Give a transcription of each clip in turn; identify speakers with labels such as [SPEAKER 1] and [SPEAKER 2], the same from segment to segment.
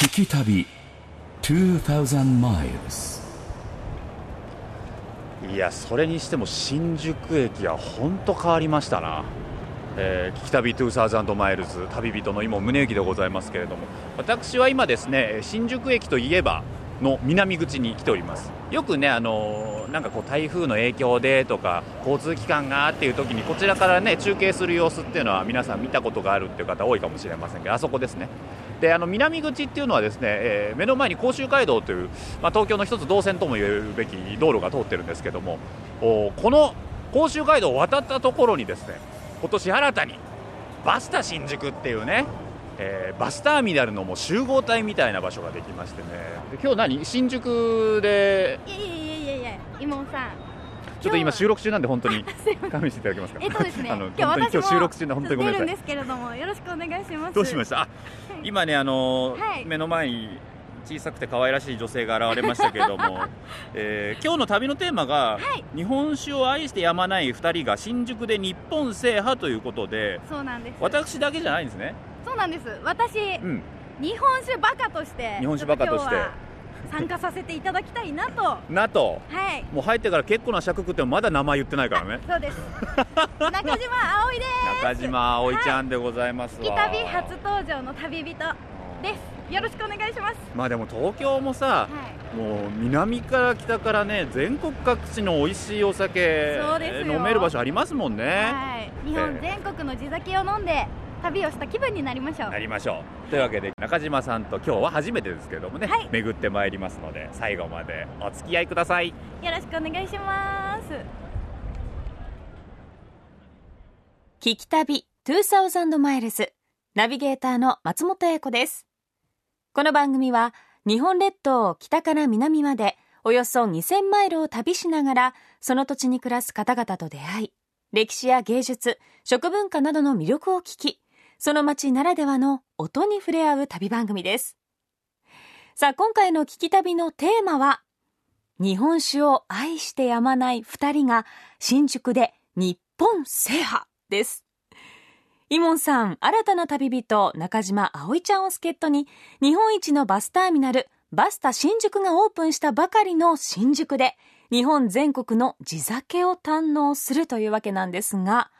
[SPEAKER 1] 聞き旅2000 miles
[SPEAKER 2] いやそれにしても新宿駅は本当変わりましたな、えー、聞き旅2000マイルズ旅人の今宗行でございますけれども私は今ですね新宿駅といえばの南口に来ておりますよくねあのーなんかこう台風の影響でとか交通機関がっていう時にこちらからね中継する様子っていうのは皆さん見たことがあるっていう方多いかもしれませんけどあそこですねであの南口っていうのはですね、えー目の前に甲州街道という、まあ、東京の一つ動線とも言うべき道路が通ってるんですけどもおこの甲州街道を渡ったところにですね今年新たにバスタ新宿っていうね、えーバスターミナルのもう集合体みたいな場所ができましてねで今日何新宿で
[SPEAKER 3] いやいやいやいやいや、伊門さん。
[SPEAKER 2] ちょっと今収録中なんで本当 に
[SPEAKER 3] すいません
[SPEAKER 2] 勘弁していただけますか
[SPEAKER 3] えっとです ね、
[SPEAKER 2] あの
[SPEAKER 3] 今日
[SPEAKER 2] 本当に
[SPEAKER 3] 私も
[SPEAKER 2] 今日収録中で本当にごめんなさい
[SPEAKER 3] 出るんですけれども、よろしくお願いします。
[SPEAKER 2] どうしましたあ今ねあの、
[SPEAKER 3] はい
[SPEAKER 2] 目の前に小さくて可愛らしい女性が現れましたけれども、 えー今日の旅のテーマが、
[SPEAKER 3] はい
[SPEAKER 2] 日本酒を愛してやまない2人が新宿で日本制覇ということで
[SPEAKER 3] そうなんです。
[SPEAKER 2] 私だけじゃないんですね、
[SPEAKER 3] そうなんです。私、
[SPEAKER 2] うん、
[SPEAKER 3] 日本酒バカとして、
[SPEAKER 2] 日本酒バカとして
[SPEAKER 3] ちょっ今日は参加させていただきたいなと、は
[SPEAKER 2] なと
[SPEAKER 3] い。
[SPEAKER 2] もう入ってから結構な尺食ってもまだ名前言ってないからね
[SPEAKER 3] そうです。中島葵です。
[SPEAKER 2] 中島葵ちゃんでございます
[SPEAKER 3] 月
[SPEAKER 2] わ、
[SPEAKER 3] 旅初登場の旅人です。よろしくお願いします。
[SPEAKER 2] まあでも東京もさ、
[SPEAKER 3] はい。
[SPEAKER 2] もう南から北からね全国各地の美味しいお酒
[SPEAKER 3] そうですよ
[SPEAKER 2] 飲める場所ありますもんね、
[SPEAKER 3] はい。日本全国の地酒を飲んで、旅をした気分になりましょう。
[SPEAKER 2] なりましょうというわけで中島さんと今日は初めてですけれどもね、
[SPEAKER 3] はい
[SPEAKER 2] 巡ってまいりますので最後までお付き合いください
[SPEAKER 3] よろしくお願いします。
[SPEAKER 4] 聞き旅2000マイルズナビゲーターの松本英子です。この番組は日本列島を北から南までおよそ2000マイルを旅しながらその土地に暮らす方々と出会い、歴史や芸術、食文化などの魅力を聞き、その街ならではの音に触れ合う旅番組です。さあ、今回の聞き旅のテーマは日本酒を愛してやまない二人が新宿で日本制覇です。イモンさん、新たな旅人、中島葵ちゃんを助っ人に、日本一のバスターミナル、バスタ新宿がオープンしたばかりの新宿で、日本全国の地酒を堪能するというわけなんですが、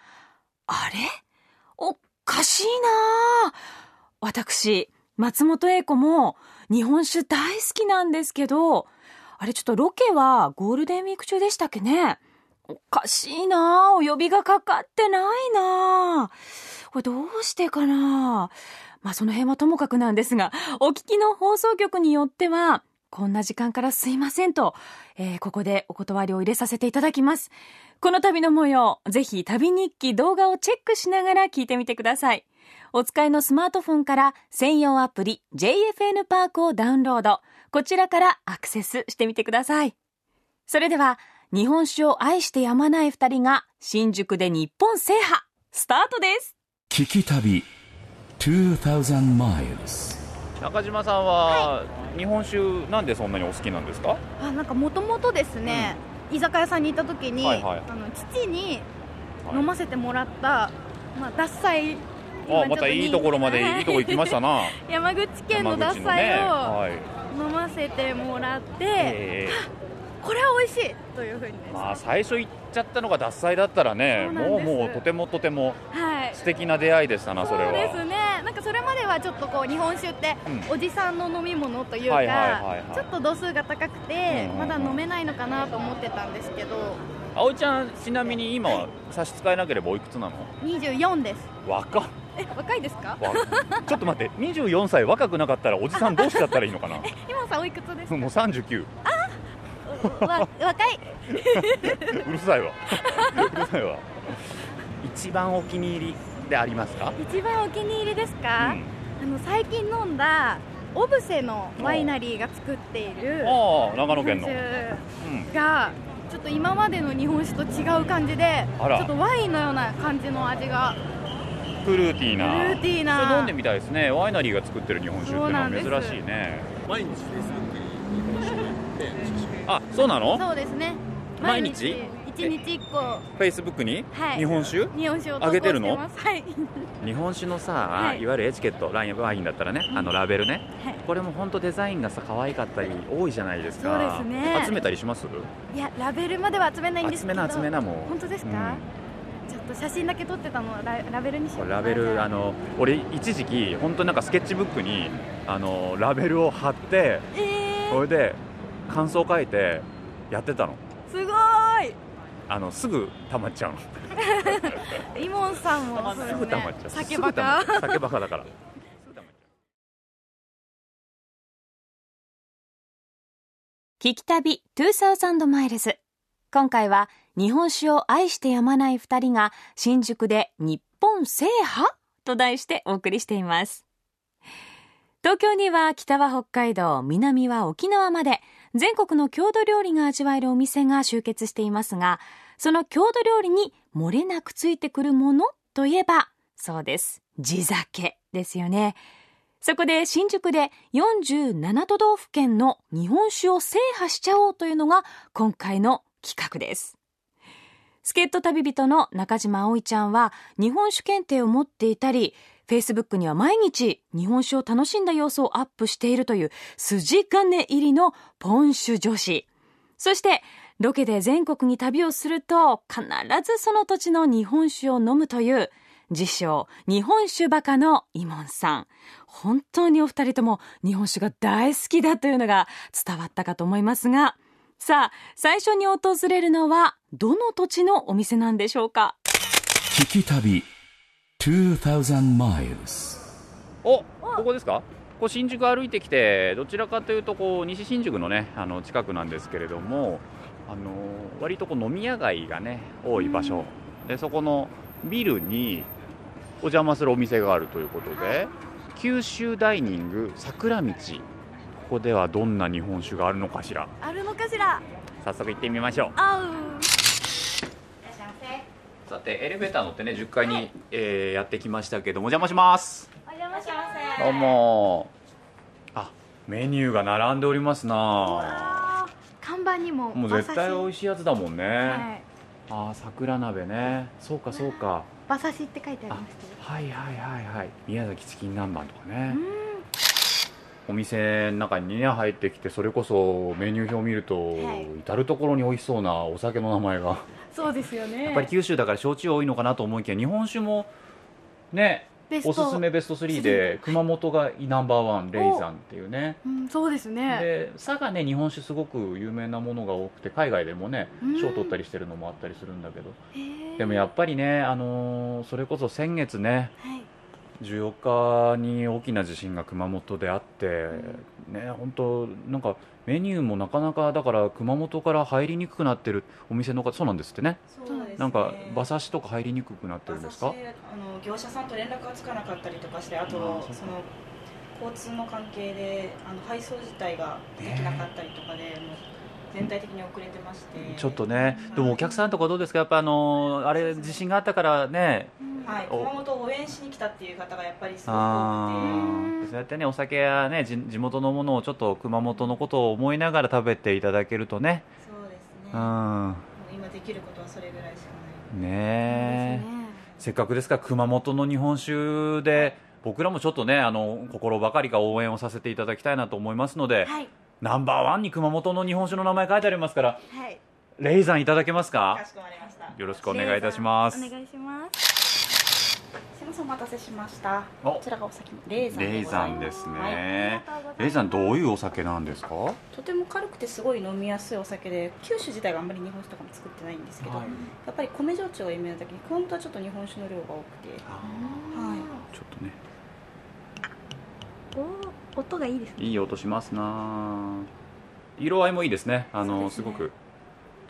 [SPEAKER 4] あれおかしいなあ私、松本英子も日本酒大好きなんですけど、あれちょっとロケはゴールデンウィーク中でしたっけねおかしいなあお呼びがかかってないなあこれどうしてかなまあその辺はともかくなんですが、お聞きの放送局によっては、こんな時間からすいませんと、えーここでお断りを入れさせていただきます。この旅の模様、ぜひ旅日記動画をチェックしながら聞いてみてください。お使いのスマートフォンから専用アプリ JFN パークをダウンロード。こちらからアクセスしてみてください。それでは、日本酒を愛してやまない二人が新宿で日本制覇スタートです
[SPEAKER 1] 聞き旅2000 miles
[SPEAKER 2] 中島さんは日本酒なんでそんなにお好きなんですか
[SPEAKER 3] あなんかもともとですね、居酒屋さんに行った時に、
[SPEAKER 2] はいはい
[SPEAKER 3] あの父に
[SPEAKER 2] はい
[SPEAKER 3] 飲ませてもらった、まあ獺祭今
[SPEAKER 2] あま
[SPEAKER 3] ちょっ人
[SPEAKER 2] た
[SPEAKER 3] 気
[SPEAKER 2] いいところまで
[SPEAKER 3] はい
[SPEAKER 2] いいとこ行きましたな
[SPEAKER 3] 山口県の獺
[SPEAKER 2] 山口
[SPEAKER 3] 祭
[SPEAKER 2] のね
[SPEAKER 3] を
[SPEAKER 2] はい
[SPEAKER 3] 飲ませてもらって、
[SPEAKER 2] え
[SPEAKER 3] これは美味しいというふうにで
[SPEAKER 2] え
[SPEAKER 3] す、
[SPEAKER 2] まあ最初行っちゃったのが脱菜だったらね
[SPEAKER 3] そうなん
[SPEAKER 2] もう
[SPEAKER 3] です
[SPEAKER 2] もうとてもとても
[SPEAKER 3] はい
[SPEAKER 2] 素敵な出会いでしたなそれは
[SPEAKER 3] うですねなんかそれまではちょっとこう日本酒って
[SPEAKER 2] うん
[SPEAKER 3] おじさんの飲み物という
[SPEAKER 2] はいはいはいはい
[SPEAKER 3] かちょっと度数が高く
[SPEAKER 2] う
[SPEAKER 3] て
[SPEAKER 2] んうんうん
[SPEAKER 3] まだ飲めないのかなと思ってたんですけど
[SPEAKER 2] 葵ちゃんちなみに今は差し支えなければおいくつなの
[SPEAKER 3] 24です
[SPEAKER 2] 若っ
[SPEAKER 3] え若いですか
[SPEAKER 2] わちょっ と待って24歳若くなかったらおじさんどうしちゃったらいいのか な
[SPEAKER 3] 今さんおいくつですか
[SPEAKER 2] もう39
[SPEAKER 3] わ若いう
[SPEAKER 2] るさい わうるさいわ一番お気に入りでありますか、
[SPEAKER 3] 一番お気に入りです
[SPEAKER 2] う
[SPEAKER 3] か、
[SPEAKER 2] ん、
[SPEAKER 3] あの最近飲んだオブセのワイナリーが作っている
[SPEAKER 2] ああ長
[SPEAKER 3] 日
[SPEAKER 2] 野
[SPEAKER 3] 本
[SPEAKER 2] 県の、う
[SPEAKER 3] 酒
[SPEAKER 2] ん、
[SPEAKER 3] がちょっと今までの日本酒と違う感じでち
[SPEAKER 2] あら
[SPEAKER 3] ょっとワインのような感じの味が
[SPEAKER 2] フルーティー
[SPEAKER 3] フル
[SPEAKER 2] な
[SPEAKER 3] ーティー
[SPEAKER 2] それ飲
[SPEAKER 3] なん
[SPEAKER 2] でみたいですねワイナリーが作ってる日本酒っていうのは
[SPEAKER 3] そうなんで
[SPEAKER 2] 珍
[SPEAKER 3] す
[SPEAKER 2] しいね
[SPEAKER 5] 毎日フェイスブックに日本酒に行って写真
[SPEAKER 2] あそうなの
[SPEAKER 3] そうですね
[SPEAKER 2] 毎日
[SPEAKER 3] 一日一個は
[SPEAKER 2] フェイスブックに
[SPEAKER 3] い
[SPEAKER 2] 日本酒
[SPEAKER 3] 日本酒を投
[SPEAKER 2] あ
[SPEAKER 3] 稿
[SPEAKER 2] げ
[SPEAKER 3] して
[SPEAKER 2] てるの
[SPEAKER 3] ますはい
[SPEAKER 2] 日本酒のさ、
[SPEAKER 3] はい
[SPEAKER 2] い、わゆるエチケットラインワインだったらね、
[SPEAKER 3] うん
[SPEAKER 2] あのラベルね
[SPEAKER 3] はい
[SPEAKER 2] これも本当デザインがさ可愛かったり多いじゃないですか
[SPEAKER 3] そうですね
[SPEAKER 2] 集めたりします
[SPEAKER 3] いやラベルまでは集めないんです
[SPEAKER 2] 集
[SPEAKER 3] け
[SPEAKER 2] め
[SPEAKER 3] ど
[SPEAKER 2] な集めなもう
[SPEAKER 3] 本当です
[SPEAKER 2] う
[SPEAKER 3] か
[SPEAKER 2] ん、
[SPEAKER 3] ちょっと写真だけ撮ってたのをララベルにしよ
[SPEAKER 2] こ
[SPEAKER 3] う
[SPEAKER 2] れ
[SPEAKER 3] かな
[SPEAKER 2] ラベ
[SPEAKER 3] じ
[SPEAKER 2] ル
[SPEAKER 3] ゃ
[SPEAKER 2] あの俺一時期本当なんかスケッチブックにあのラベルを貼って
[SPEAKER 3] え
[SPEAKER 2] それで感想書いてやってたの
[SPEAKER 3] ー、すごーい
[SPEAKER 2] あのすぐ溜まっちゃうの
[SPEAKER 3] イモンさんもそうで
[SPEAKER 2] す
[SPEAKER 3] す
[SPEAKER 2] ぐ
[SPEAKER 3] ね
[SPEAKER 2] 溜まっちゃう
[SPEAKER 3] 酒バカ
[SPEAKER 2] すぐ溜まっちゃう酒バカだ から
[SPEAKER 4] 聞き旅2000マイルズ今回は日本酒を愛してやまない2人が新宿で日本制覇と題してお送りしています東京には北は北海道南は沖縄まで全国の郷土料理が味わえるお店が集結していますがその郷土料理に漏れなくついてくるものといえばそうです地酒ですよねそこで新宿で47都道府県の日本酒を制覇しちゃおうというのが今回の企画です。助っ人旅人の中島葵ちゃんは日本酒検定を持っていたり、Facebook には毎日日本酒を楽しんだ様子をアップしているという筋金入りのポン酒女子。そしてロケで全国に旅をすると必ずその土地の日本酒を飲むという自称日本酒バカのイモンさん本当にお二人とも日本酒が大好きだというのが伝わったかと思いますがさあ最初に訪れるのはどの土地のお店なんでしょうか
[SPEAKER 1] 聞き旅2000 miles
[SPEAKER 2] おここですかこう新宿歩いてきてどちらかというとこう西新宿のねあの近くなんですけれどもあの割とこう飲み屋街がね多い場所、でそこのビルにお邪魔するお店があるということで九州ダイニング桜道ここではどんな日本酒があるのかしら
[SPEAKER 3] あるのかしら
[SPEAKER 2] 早速行ってみましょう
[SPEAKER 3] あう
[SPEAKER 2] さてエレベーター乗ってね10階に、えーやってきましたけどもお邪魔します
[SPEAKER 3] お邪魔し
[SPEAKER 2] どうもあメニューが並んでおりますな
[SPEAKER 3] ます看板にも
[SPEAKER 2] もう絶対美味しいやつだもんね、
[SPEAKER 3] はい
[SPEAKER 2] あー桜鍋ねそうかそうか
[SPEAKER 3] 馬刺しって書いてありましたけ
[SPEAKER 2] はいはいはいはい宮崎チキン南蛮とかね
[SPEAKER 3] どうん
[SPEAKER 2] お店の中にね入ってきてそれこそメニュー表を見ると、
[SPEAKER 3] はい
[SPEAKER 2] 至る所に美味しそうなお酒の名前が
[SPEAKER 3] そうですよね
[SPEAKER 2] やっぱり九州だから焼酎多いのかなと思いきや日本酒もね
[SPEAKER 3] ベスト
[SPEAKER 2] おすすめベスト3で熊本がナンバーワンレイザンっていうね
[SPEAKER 3] うんそうですね
[SPEAKER 2] で佐賀ね日本酒すごく有名なものが多くて海外でもね
[SPEAKER 3] うん
[SPEAKER 2] 賞取ったりしてるのもあったりするんだけどでも
[SPEAKER 3] や
[SPEAKER 2] やっぱりね、あのーそれこそ先月ね
[SPEAKER 3] はい
[SPEAKER 2] 14日に大きな地震が熊本であって、ね本当なんかメニューもなかなかだから熊本から入りにくくなってるお店の方そうなんですってね
[SPEAKER 5] そうですね
[SPEAKER 2] なんか馬刺しとか入りにくくなってるんですか
[SPEAKER 5] 馬刺しあの業者さんと連絡がつかなかったりとかしてあと
[SPEAKER 2] ああそうか
[SPEAKER 5] その交通の関係であの配送自体ができなかったりとかで、もう全体的に遅れてまして
[SPEAKER 2] ちょっとね、でもお客さんとかどうですか、やっぱあのーあれ、地震があったからね、
[SPEAKER 5] はい、
[SPEAKER 2] お
[SPEAKER 5] 熊本を応援しに来たっていう方がやっぱりすご
[SPEAKER 2] あ
[SPEAKER 5] く多くて。
[SPEAKER 2] ーそうやってね、お酒やね、じ地元のものをちょっと熊本のことを思いながら食べていただけるとね、
[SPEAKER 5] そうですね、
[SPEAKER 2] う、
[SPEAKER 5] もうん今できることはそれぐらいしかない
[SPEAKER 2] ねえ、せっかくですから、熊本の日本酒で、僕らもちょっとね、あの心ばかりか応援をさせていただきたいなと思いますので、
[SPEAKER 3] はい
[SPEAKER 2] ナンバーワンに熊本の日本酒の名前書いてありますから、
[SPEAKER 3] はい
[SPEAKER 2] レイザンいただけます
[SPEAKER 5] か
[SPEAKER 2] か、
[SPEAKER 5] しこまりました
[SPEAKER 2] よろしくお願いいたします。
[SPEAKER 3] お願いします
[SPEAKER 5] すいませんお待たせしました
[SPEAKER 2] お
[SPEAKER 5] こちらがお先レーザン
[SPEAKER 2] レ
[SPEAKER 5] で
[SPEAKER 2] イ
[SPEAKER 5] ござ
[SPEAKER 2] ザ
[SPEAKER 5] い
[SPEAKER 2] ン
[SPEAKER 5] ま
[SPEAKER 2] です
[SPEAKER 5] はい
[SPEAKER 2] ね。
[SPEAKER 3] はい
[SPEAKER 2] レイザンどういうお酒なんですか？は
[SPEAKER 5] とても軽くてすごい飲みやすいお酒で九州自体があんまり日本酒とかも作ってないんですけど、やっぱり米焼酎が有名なだけに本当はちょっと日本酒の量が多くては
[SPEAKER 2] ちょっとね、
[SPEAKER 3] お音がいいですね
[SPEAKER 2] いい音しますな。色合いもいいですね。あのす,、
[SPEAKER 5] そうです
[SPEAKER 2] ご
[SPEAKER 5] ね
[SPEAKER 2] く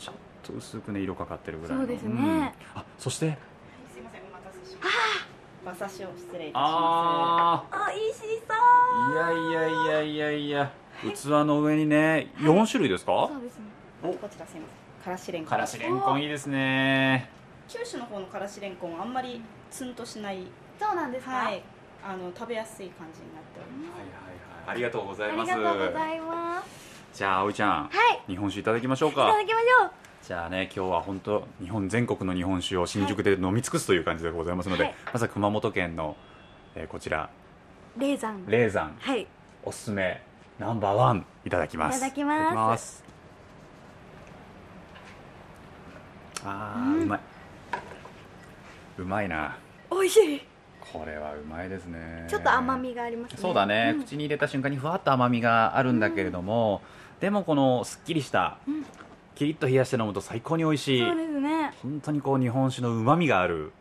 [SPEAKER 2] ちょっと薄くね色かかってるぐらいの。
[SPEAKER 3] そうですね
[SPEAKER 2] んあ、そして
[SPEAKER 5] いすいませんお待たせしました馬刺しを失礼いたしま
[SPEAKER 2] あ
[SPEAKER 3] あ美味し
[SPEAKER 2] あいやいやいやいやいや。器の上にね、四種類ですか？
[SPEAKER 3] そうですね
[SPEAKER 5] すあとこちらすいませんからしれんこん
[SPEAKER 2] からしれんこんいいですね。
[SPEAKER 5] 九州の方のからしれんこんはあんまりツンとしない
[SPEAKER 3] そうなんですか、
[SPEAKER 5] はいあの食べやすい感じになっておりま
[SPEAKER 2] はいはい
[SPEAKER 5] す
[SPEAKER 2] はい。ありがとうござ
[SPEAKER 3] あ
[SPEAKER 2] い
[SPEAKER 3] り
[SPEAKER 2] ます。
[SPEAKER 3] がとうございます
[SPEAKER 2] じゃあ葵ちゃん、
[SPEAKER 3] はい
[SPEAKER 2] 日本酒いただきましょう
[SPEAKER 3] いた
[SPEAKER 2] か。
[SPEAKER 3] だきましょう
[SPEAKER 2] じゃあね今日は本当日本全国の日本酒を新宿で飲み尽くすという感じでございますので、
[SPEAKER 3] はい
[SPEAKER 2] まずは熊本県の、えーこちら
[SPEAKER 3] 霊山
[SPEAKER 2] 霊山
[SPEAKER 3] はい
[SPEAKER 2] おすすめナンバーワンいただきます
[SPEAKER 3] いただきます
[SPEAKER 2] いただきますあー、うまいうまいな
[SPEAKER 3] 美味しい
[SPEAKER 2] これはうまいですね
[SPEAKER 3] ちょっと甘みがありますね
[SPEAKER 2] そうだね、
[SPEAKER 3] ん
[SPEAKER 2] 口に入れた瞬間にふわっと甘みがあるんだけれども、でもこのすっきりした、
[SPEAKER 3] ん
[SPEAKER 2] キリッと冷やして飲むと最高に美味しい
[SPEAKER 3] そうですね
[SPEAKER 2] 本当にこう日本酒のうまみがある、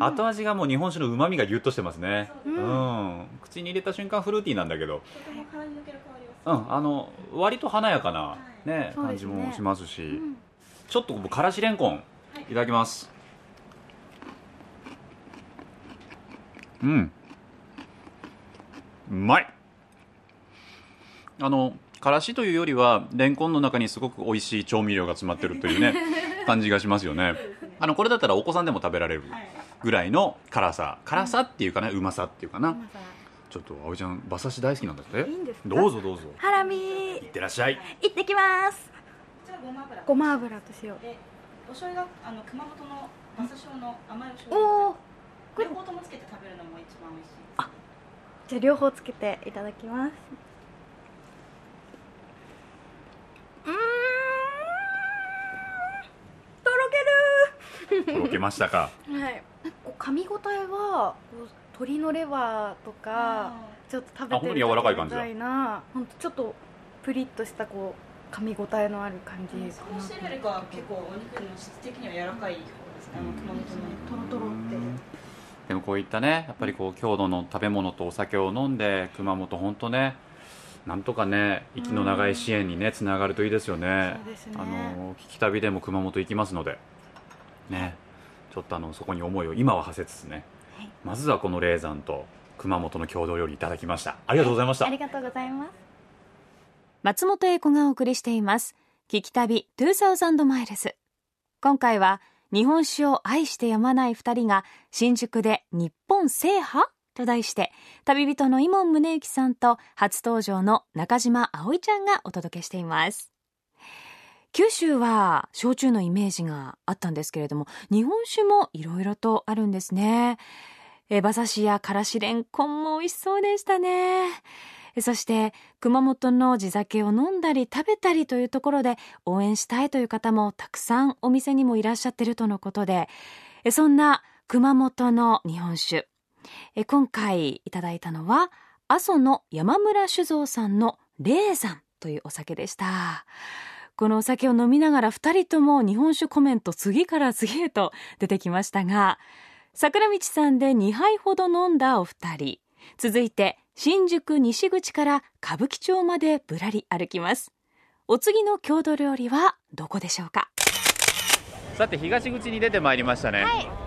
[SPEAKER 2] 後味がもう日本酒のうまみがぎゅっとしてますね
[SPEAKER 3] うですね
[SPEAKER 2] ん口に入れた瞬間フルーティーなんだけど、
[SPEAKER 5] とても鼻に抜ける香りがす
[SPEAKER 2] う
[SPEAKER 5] る
[SPEAKER 2] ん、あの割と華やかな、
[SPEAKER 5] い
[SPEAKER 2] ね
[SPEAKER 3] そう
[SPEAKER 2] 感
[SPEAKER 3] で
[SPEAKER 2] じ
[SPEAKER 3] すね
[SPEAKER 2] もしますし、
[SPEAKER 3] ん
[SPEAKER 2] ちょっと僕からしれんこんいただきます、うんうまいあのからしというよりはレンコンの中にすごく美味しい調味料が詰まってると いうね感じがしますよねあのこれだったらお子さんでも食べられる
[SPEAKER 5] はい
[SPEAKER 2] ぐらいの辛さ辛さっていうかねうまさっていうかな、
[SPEAKER 3] 皆さん
[SPEAKER 2] ちょっと葵ちゃん馬刺し大好きなんだって
[SPEAKER 3] いいんですか
[SPEAKER 2] どうぞどうぞ
[SPEAKER 3] ハラミ
[SPEAKER 2] いってらっしゃい
[SPEAKER 3] 行ってきます
[SPEAKER 5] こちらごま油
[SPEAKER 3] ごま油と塩
[SPEAKER 5] でお醤油があの熊本のマス醤の甘いお醤油
[SPEAKER 3] おお
[SPEAKER 5] これ両方ともつけて食べるのも一番美味しいです
[SPEAKER 3] じゃあ両方つけていただきますうーんとろ
[SPEAKER 2] とろけましたか
[SPEAKER 3] けるはいこう噛み応えはこう鶏のレバーとか
[SPEAKER 5] あ
[SPEAKER 3] ちょっと食べてる
[SPEAKER 2] あほんとに柔らかい感じだ
[SPEAKER 3] みたいなほんとちょっとプリッとしたこう噛み応えのある感じ
[SPEAKER 5] ーそうしてるよりかは結構お肉の質的には柔らかい方ですねあの熊本の
[SPEAKER 3] トロトロって
[SPEAKER 2] でもこういったねやっぱりこう郷土の食べ物とお酒を飲んで熊本本当ねなんとかね息の長い支援にねつながるといいですよね
[SPEAKER 3] そうですね
[SPEAKER 2] あの聞き旅でも熊本行きますのでねちょっとあのそこに思いを今は馳せつつね、
[SPEAKER 3] はい
[SPEAKER 2] まずはこの霊山と熊本の郷土料理いただきましたありがとうございました、
[SPEAKER 3] ありがとうございます
[SPEAKER 4] 松本英子がお送りしています聞き旅2000マイルズ今回は日本酒を愛してやまない二人が新宿で日本制覇と題して旅人の伊門宗行さんと初登場の中島葵ちゃんがお届けしています九州は焼酎のイメージがあったんですけれども日本酒もいろいろとあるんですねえー馬刺しやからしれんこんも美味しそうでしたねそして熊本の地酒を飲んだり食べたりというところで応援したいという方もたくさんお店にもいらっしゃってるとのことでえそんな熊本の日本酒え今回いただいたのは阿蘇の山村酒造さんの霊山というお酒でしたこのお酒を飲みながら2人とも日本酒コメント次から次へと出てきましたが桜道さんで2杯ほど飲んだお二人続いて新宿西口から歌舞伎町までぶらり歩きますお次の郷土料理はどこでしょうか
[SPEAKER 2] さて東口に出てまいりましたね、えー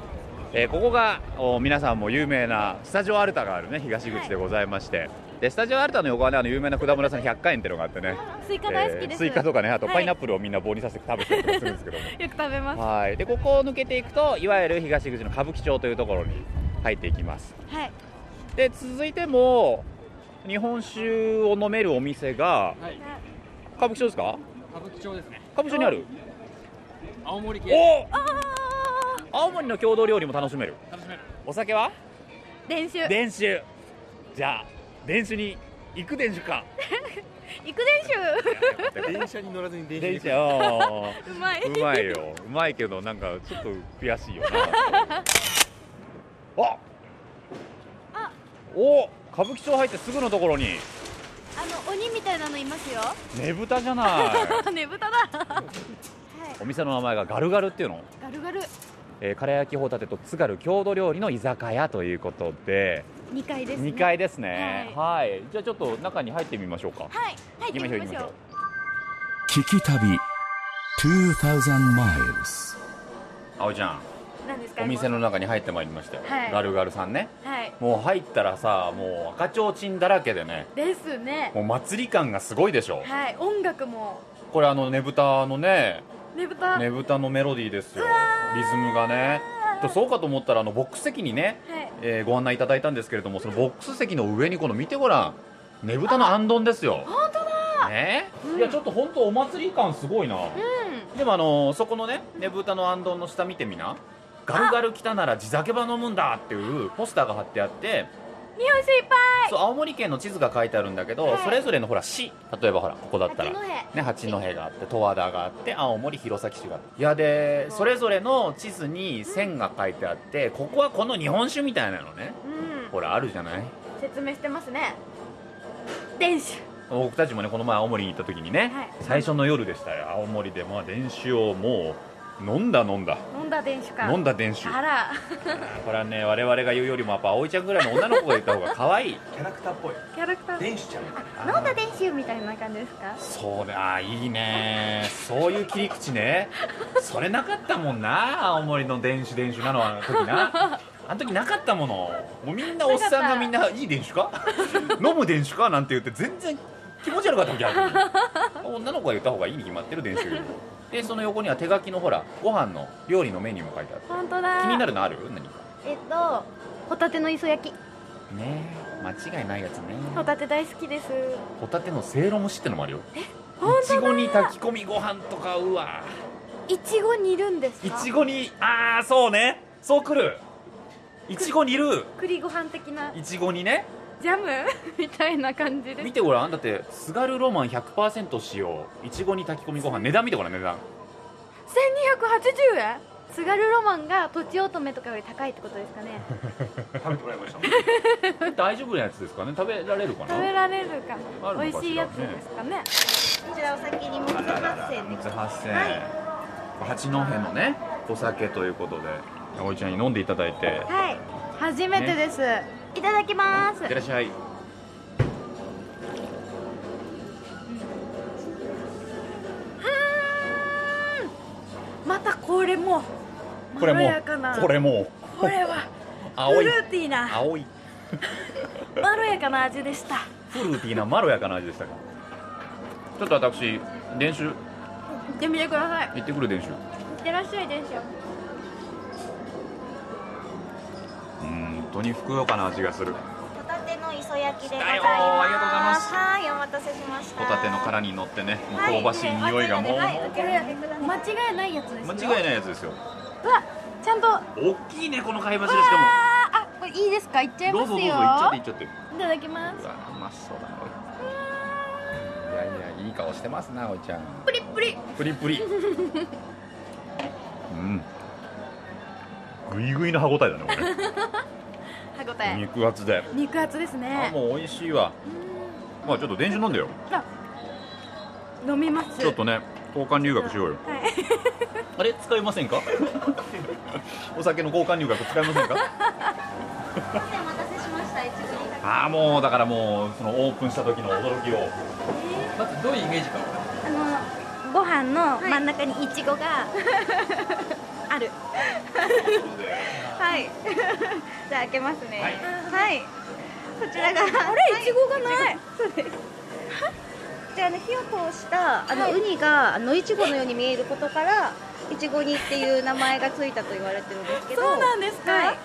[SPEAKER 2] ここがお皆さんも有名なスタジオアルタがあるね東口でございまして、でスタジオアルタの横はねあの有名な果物屋さん百貨園っていうのがあってね
[SPEAKER 3] スイカ大好きです、
[SPEAKER 2] えースイカとかねあと
[SPEAKER 3] はい
[SPEAKER 2] パイナップルをみんな棒にさせて食べてるとかするんですけど も
[SPEAKER 3] よく食べます
[SPEAKER 2] はいでここを抜けていくといわゆる東口の歌舞伎町というところに入っていきます
[SPEAKER 3] はい
[SPEAKER 2] で続いても日本酒を飲めるお店が
[SPEAKER 6] はい、
[SPEAKER 2] 歌舞伎町ですか
[SPEAKER 6] 歌舞伎町ですね。
[SPEAKER 2] 歌舞伎町にある
[SPEAKER 6] 青森
[SPEAKER 2] お
[SPEAKER 6] 系
[SPEAKER 2] お青森の郷土料理も楽しめる
[SPEAKER 6] 楽しめる。
[SPEAKER 2] お酒は
[SPEAKER 3] 練習
[SPEAKER 2] 電酒じゃあ電酒に行く電酒か
[SPEAKER 3] 行く練
[SPEAKER 6] 電車に乗らずに電
[SPEAKER 2] 電酒あ
[SPEAKER 3] 習うまい
[SPEAKER 2] ーうまいようまいけどなんかちょっと悔しいよなあお歌舞伎町入ってすぐのところに
[SPEAKER 3] あの鬼みたいなのいますよ
[SPEAKER 2] ねぶたじゃない
[SPEAKER 3] ねぶただはい
[SPEAKER 2] お店の名前がガルガルっていうの
[SPEAKER 3] ガルガル
[SPEAKER 2] えー、唐焼きホタテと津軽郷土料理の居酒屋ということで
[SPEAKER 3] 2階です、ね、
[SPEAKER 2] 2階ですねはい、じゃあちょっと中に入ってみましょうか
[SPEAKER 3] はい入っ
[SPEAKER 2] 行き
[SPEAKER 3] て
[SPEAKER 2] ましょう
[SPEAKER 3] み
[SPEAKER 2] 行
[SPEAKER 3] ま
[SPEAKER 2] き
[SPEAKER 3] し
[SPEAKER 2] まし
[SPEAKER 3] ょ
[SPEAKER 2] ょ
[SPEAKER 3] う
[SPEAKER 2] う
[SPEAKER 1] 聞き旅2000 miles
[SPEAKER 2] 葵ちゃん
[SPEAKER 3] 何ですか
[SPEAKER 2] お店の中に入ってまいりましたよ、
[SPEAKER 3] はい
[SPEAKER 2] ガルガルさんね
[SPEAKER 3] はい
[SPEAKER 2] もう入ったらさもう赤ちょうちんだらけでね
[SPEAKER 3] ですね
[SPEAKER 2] もう祭り感がすごいでしょ
[SPEAKER 3] はい音楽も
[SPEAKER 2] これあのねぶたのね
[SPEAKER 3] ねぶた、
[SPEAKER 2] ねぶたのメロディーですよリズムがねとそうかと思ったらあのボックス席にね、
[SPEAKER 3] はい
[SPEAKER 2] えーご案内いただいたんですけれどもそのボックス席の上にこの見てごらんねぶたのあんどんですよ本当だね、いやちょっと本当お祭り感すごいな、
[SPEAKER 3] うん
[SPEAKER 2] でもあのそこのねねぶたのあんどんの下見てみなガルガル来たなら地酒ば飲むんだっていうポスターが貼ってあって
[SPEAKER 3] 日本酒いっぱい
[SPEAKER 2] そう青森県の地図が書いてあるんだけど、
[SPEAKER 3] はい
[SPEAKER 2] それぞれのほら市例えばほらここだったら
[SPEAKER 3] 八戸
[SPEAKER 2] ね、八戸があって十和田があって青森弘前市があるいやでそれぞれの地図に線が書いてあってここはこの日本酒みたいなのね
[SPEAKER 3] うん
[SPEAKER 2] ほらあるじゃない
[SPEAKER 3] 説明してますね電子
[SPEAKER 2] 僕たちもねこの前青森に行った時にね、
[SPEAKER 3] はい
[SPEAKER 2] 最初の夜でしたよ青森でまあ電酒をもう飲んだ飲んだ
[SPEAKER 3] 飲んだ電子か
[SPEAKER 2] 飲んだ電酒
[SPEAKER 3] あら
[SPEAKER 2] これはね我々が言うよりもやっぱ葵ちゃんぐらいの女の子が言った方が可愛い
[SPEAKER 7] キャラクターっぽい
[SPEAKER 3] キャラクター
[SPEAKER 7] 電子ちゃん
[SPEAKER 3] あ飲んだ電子みたいな感じですか
[SPEAKER 2] そうねあいいねそういう切り口ねそれなかったもんな青森の電酒電酒なのあの時なあの時なかったものもうみんなおっさんがみんないい電酒か飲む電酒かなんて言って全然気持ち悪かった時ある女の子が言った方がいいに決まってる電酒よりもでその横には手書きのほらご飯の料理のメニューも書いてある
[SPEAKER 3] 本当だ
[SPEAKER 2] 気になるのある何か
[SPEAKER 3] えっとホタテの磯焼き
[SPEAKER 2] ね間違いないやつね
[SPEAKER 3] ホタテ大好きです
[SPEAKER 2] ホタテのせいろ蒸しってのもあるよ
[SPEAKER 3] 本
[SPEAKER 2] いちごに炊き込みご飯とかうわ
[SPEAKER 3] いちご煮るんです
[SPEAKER 2] い
[SPEAKER 3] か
[SPEAKER 2] ちごにああそうねそうくるいちごにる
[SPEAKER 3] 栗ご飯的ない
[SPEAKER 2] ちごにね
[SPEAKER 3] ジャム みたいな感じで
[SPEAKER 2] 見
[SPEAKER 3] す
[SPEAKER 2] てごらんだって津軽ロマン100%使用いちごに炊き込みご飯値段見てごらん値段
[SPEAKER 3] 1280円津軽ロマンがとちおとめとかより高いってことです かね
[SPEAKER 7] 食べてもらいました
[SPEAKER 2] 大丈夫なやつですかね食べられるかな
[SPEAKER 3] 食べられるか
[SPEAKER 2] あるのかしらね
[SPEAKER 3] 美味しいやつですかね
[SPEAKER 5] こちらお先に木八世
[SPEAKER 2] 水発生、八戸のねお酒ということで葵ちゃんに飲んでいただいてい
[SPEAKER 3] はい初めてです、いただきます
[SPEAKER 2] ってらっしゃい
[SPEAKER 3] またこれも
[SPEAKER 2] これ
[SPEAKER 3] まろ
[SPEAKER 2] も
[SPEAKER 3] やかな
[SPEAKER 2] これも
[SPEAKER 3] これはフ
[SPEAKER 2] 青い
[SPEAKER 3] ルーティーな
[SPEAKER 2] 青い
[SPEAKER 3] まろやかな味でした
[SPEAKER 2] フルーティーなまろやかな味でしたがちょっと私練習
[SPEAKER 3] 行ってみてください
[SPEAKER 2] 行ってくる練習
[SPEAKER 3] いってらっしゃいですよ
[SPEAKER 2] うん本当にふくよかな味がする
[SPEAKER 5] ホタテの磯焼きで
[SPEAKER 2] 来
[SPEAKER 5] ご
[SPEAKER 2] た
[SPEAKER 5] ざい
[SPEAKER 2] よ
[SPEAKER 5] ます
[SPEAKER 2] ありがとうございます
[SPEAKER 5] はいお待たせしました
[SPEAKER 2] ホタテの殻に乗ってねもう香ばしい匂いがもう
[SPEAKER 5] はいお
[SPEAKER 3] こ
[SPEAKER 5] 気を
[SPEAKER 3] れ
[SPEAKER 5] つけください
[SPEAKER 3] 間違いないやつですよ
[SPEAKER 2] 間違いないやつですよ
[SPEAKER 3] うわちゃんとあ
[SPEAKER 2] 大きいねこの貝柱しか
[SPEAKER 3] あこれいいですかいっちゃい
[SPEAKER 2] も
[SPEAKER 3] ま
[SPEAKER 2] どう
[SPEAKER 3] す
[SPEAKER 2] ぞ
[SPEAKER 3] よ
[SPEAKER 2] どうぞいっちゃっていっちゃって
[SPEAKER 3] いただきま
[SPEAKER 2] う
[SPEAKER 3] す
[SPEAKER 2] わうまそうだないやいやいい顔してますなおいちゃん
[SPEAKER 3] プリップリ
[SPEAKER 2] プリプリうんグイグイの歯応えだねこ れ
[SPEAKER 3] 歯ごたえ
[SPEAKER 2] 肉厚で
[SPEAKER 3] 肉厚です
[SPEAKER 2] あ
[SPEAKER 3] ね
[SPEAKER 2] もう美味しいわまあちょっと電酒飲んでよ
[SPEAKER 3] 飲みます
[SPEAKER 2] ちょっとね交換留学しようよ
[SPEAKER 3] はい
[SPEAKER 2] あれ使いませんか お酒の交換留学使いませんか
[SPEAKER 5] お待たせしましたいちごに
[SPEAKER 2] ああもうだからもうそのオープンした時の驚きを
[SPEAKER 6] だってどういうイメージか
[SPEAKER 3] あのご飯の真ん中にいちごがある
[SPEAKER 5] はい。 じゃあ開けますね。はい。こちらが。あ
[SPEAKER 3] れいちごがない。
[SPEAKER 5] そうです。じゃああの火を通したあの、ウニがあのいちごのように見えることからいちご煮っていう名前がついたと言われてるんですけど。
[SPEAKER 3] そうなんですか
[SPEAKER 5] はい。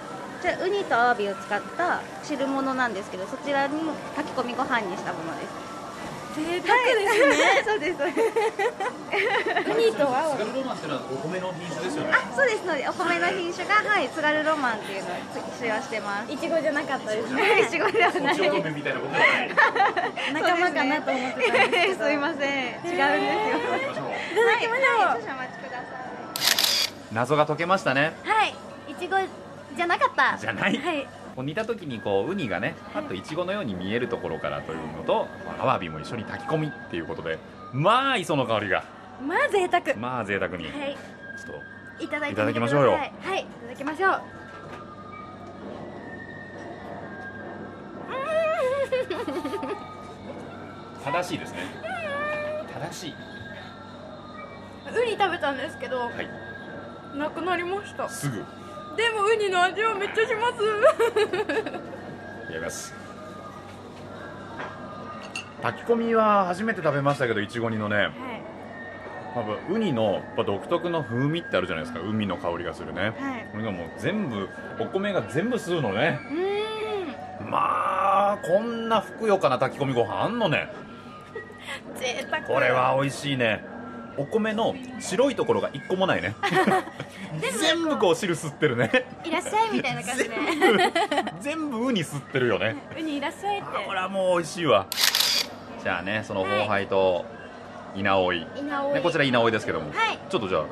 [SPEAKER 5] じゃあウニとアワビを使った汁物なんですけど、そちらにも炊き込みご飯にしたものです。
[SPEAKER 3] 贅沢ですね、
[SPEAKER 5] そうですそうです。
[SPEAKER 3] ウニとアワ
[SPEAKER 2] スカルロマンってのはお米の品種ですよね
[SPEAKER 5] あ、そうですのでお米の品種がはい津軽ロマンっていうのを使用してま す。
[SPEAKER 3] ビいちごじゃなかったですね
[SPEAKER 5] いちごでは
[SPEAKER 2] と
[SPEAKER 5] ない。
[SPEAKER 2] ちお米みたいなことじゃない
[SPEAKER 3] 仲間かなと思ってたんですけど
[SPEAKER 5] すいません違うんです
[SPEAKER 3] い
[SPEAKER 5] よ、
[SPEAKER 3] ただきましょう
[SPEAKER 5] 少々お待ちください
[SPEAKER 2] 謎が解けましたね
[SPEAKER 3] はいいちごじゃなかった
[SPEAKER 2] じゃない
[SPEAKER 3] はい
[SPEAKER 2] こう煮た時にこうウニがねパッとイチゴのように見えるところからというのとアワビも一緒に炊き込みっていうことでまあ磯の香りが
[SPEAKER 3] まあ贅沢
[SPEAKER 2] まあ贅沢にちょ
[SPEAKER 3] はい
[SPEAKER 2] っと
[SPEAKER 3] いただい
[SPEAKER 2] い
[SPEAKER 3] てみてください
[SPEAKER 2] ただきましょうよ
[SPEAKER 3] はいいただきましょう
[SPEAKER 2] 正しいですね正しい
[SPEAKER 3] ウニ食べたんですけど、
[SPEAKER 2] い
[SPEAKER 3] なくなりました
[SPEAKER 2] すぐ
[SPEAKER 3] でもウニの味はめっちゃします
[SPEAKER 2] やります炊き込みは初めて食べましたけどいちご煮のね
[SPEAKER 3] は
[SPEAKER 2] 多分ウニのやっぱ独特の風味ってあるじゃないですか海の香りがするね
[SPEAKER 3] いはい
[SPEAKER 2] これがもう全部お米が全部吸うのね
[SPEAKER 3] うーん
[SPEAKER 2] まあこんなふくよかな炊き込みご飯あんのね
[SPEAKER 3] 贅沢
[SPEAKER 2] これは美味しいねお米の白いところが一個もないね全部こう汁吸ってるね
[SPEAKER 3] いらっしゃいみたいな感じで
[SPEAKER 2] 全部ウニ吸ってるよね
[SPEAKER 3] ウニいらっしゃいっ
[SPEAKER 2] これはもう美味しいわじゃあねその
[SPEAKER 3] はい
[SPEAKER 2] 宝杯と稲追い、
[SPEAKER 3] て稲
[SPEAKER 2] ね、こちら稲追いですけども、
[SPEAKER 3] はい
[SPEAKER 2] ちょっとじゃ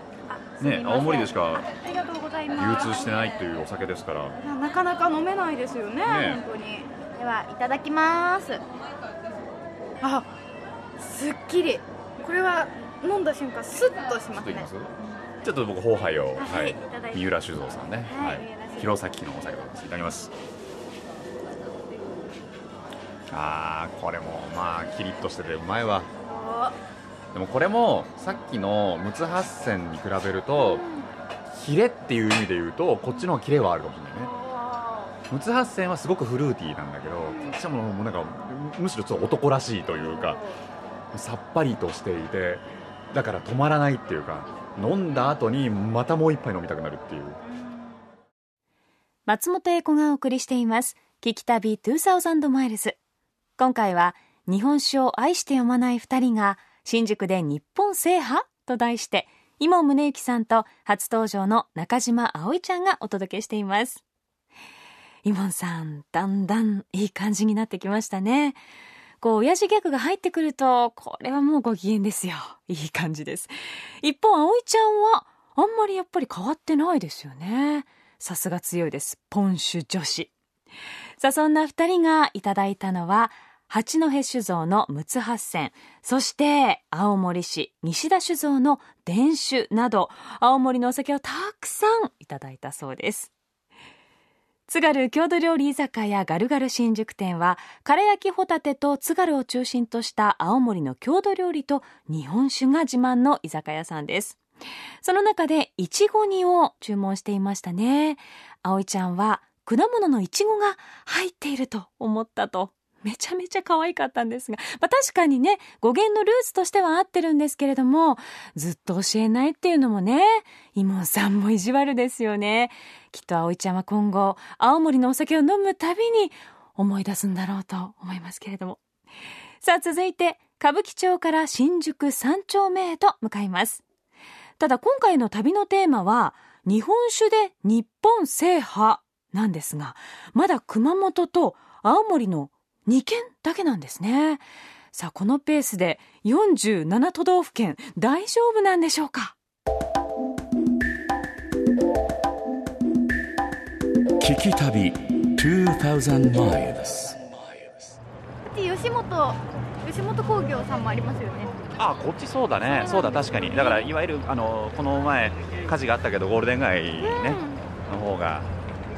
[SPEAKER 2] あね青森でしか
[SPEAKER 3] ありがとうござい
[SPEAKER 2] 流
[SPEAKER 3] ます
[SPEAKER 2] 通してないというお酒ですから
[SPEAKER 3] ななかなか飲めないですよね
[SPEAKER 2] ね
[SPEAKER 3] 本当にではいただきますあすっきりこれは飲んだ瞬間スッとし
[SPEAKER 2] ちょっ
[SPEAKER 3] ます
[SPEAKER 2] といき
[SPEAKER 3] ね
[SPEAKER 2] ますちょっと僕宝杯を、
[SPEAKER 3] あ
[SPEAKER 2] は
[SPEAKER 3] はい
[SPEAKER 2] い
[SPEAKER 3] いただいて
[SPEAKER 2] 三浦酒造さんね、
[SPEAKER 3] はい
[SPEAKER 2] はい
[SPEAKER 3] 三浦
[SPEAKER 2] 弘前のお酒でございますいただきますあーこれもまあキリッとしててうまいわでもこれもさっきの陸奥八仙に比べる
[SPEAKER 3] お
[SPEAKER 2] と
[SPEAKER 3] ー
[SPEAKER 2] キレっていう意味で言うとこっちの方がキレはあるかもしれないねムツハッセンはすごくフルーティーなんだけど、こっちはもうもうなんかむむしろちょっと男らしいというか、さっぱりとしていて、だから止まらないっていうか、飲んだ後にまたもう一杯飲みたくなるっていう。
[SPEAKER 4] 松本英子がお送りしています聞き旅2000マイルズ今回は日本酒を愛してやまない二人が新宿で日本制覇と題して今宗行さんと初登場の中島葵ちゃんがお届けしていますイモンさんだんだんいい感じになってきましたねこう親父ギャグが入ってくるとこれはもうご機嫌ですよいい感じです一方葵ちゃんはあんまりやっぱり変わってないですよねさすが強いですポン酒女子さあそんな2人がいただいたのは八戸酒造の陸奥八仙そして青森市西田酒造の伝酒など青森のお酒をたくさんいただいたそうです津軽郷土料理居酒屋ガルガル新宿店は唐焼きホタテと津軽を中心とした青森の郷土料理と日本酒が自慢の居酒屋さんですその中でいちご煮を注文していましたね葵ちゃんは果物のいちごが入っていると思ったとめちゃめちゃ可愛かったんですが、まあ、確かにね語源のルーツとしては合ってるんですけれどもずっと教えないっていうのもねイモンさんも意地悪ですよねきっと葵ちゃんは今後青森のお酒を飲むたびに思い出すんだろうと思いますけれどもさあ続いて歌舞伎町から新宿三丁目へと向かいますただ今回の旅のテーマは日本酒で日本制覇なんですがまだ熊本と青森の2県だけなんですねさあこのペースで47都道府県大丈夫なんでしょうか
[SPEAKER 1] 聞き旅2000 miles
[SPEAKER 3] 吉本吉本興業さんもありますよね
[SPEAKER 2] あこっちそうだね、そうだ、確かに、だからいわゆるあのこの前、火事があったけど、ゴールデン街ね、の方が、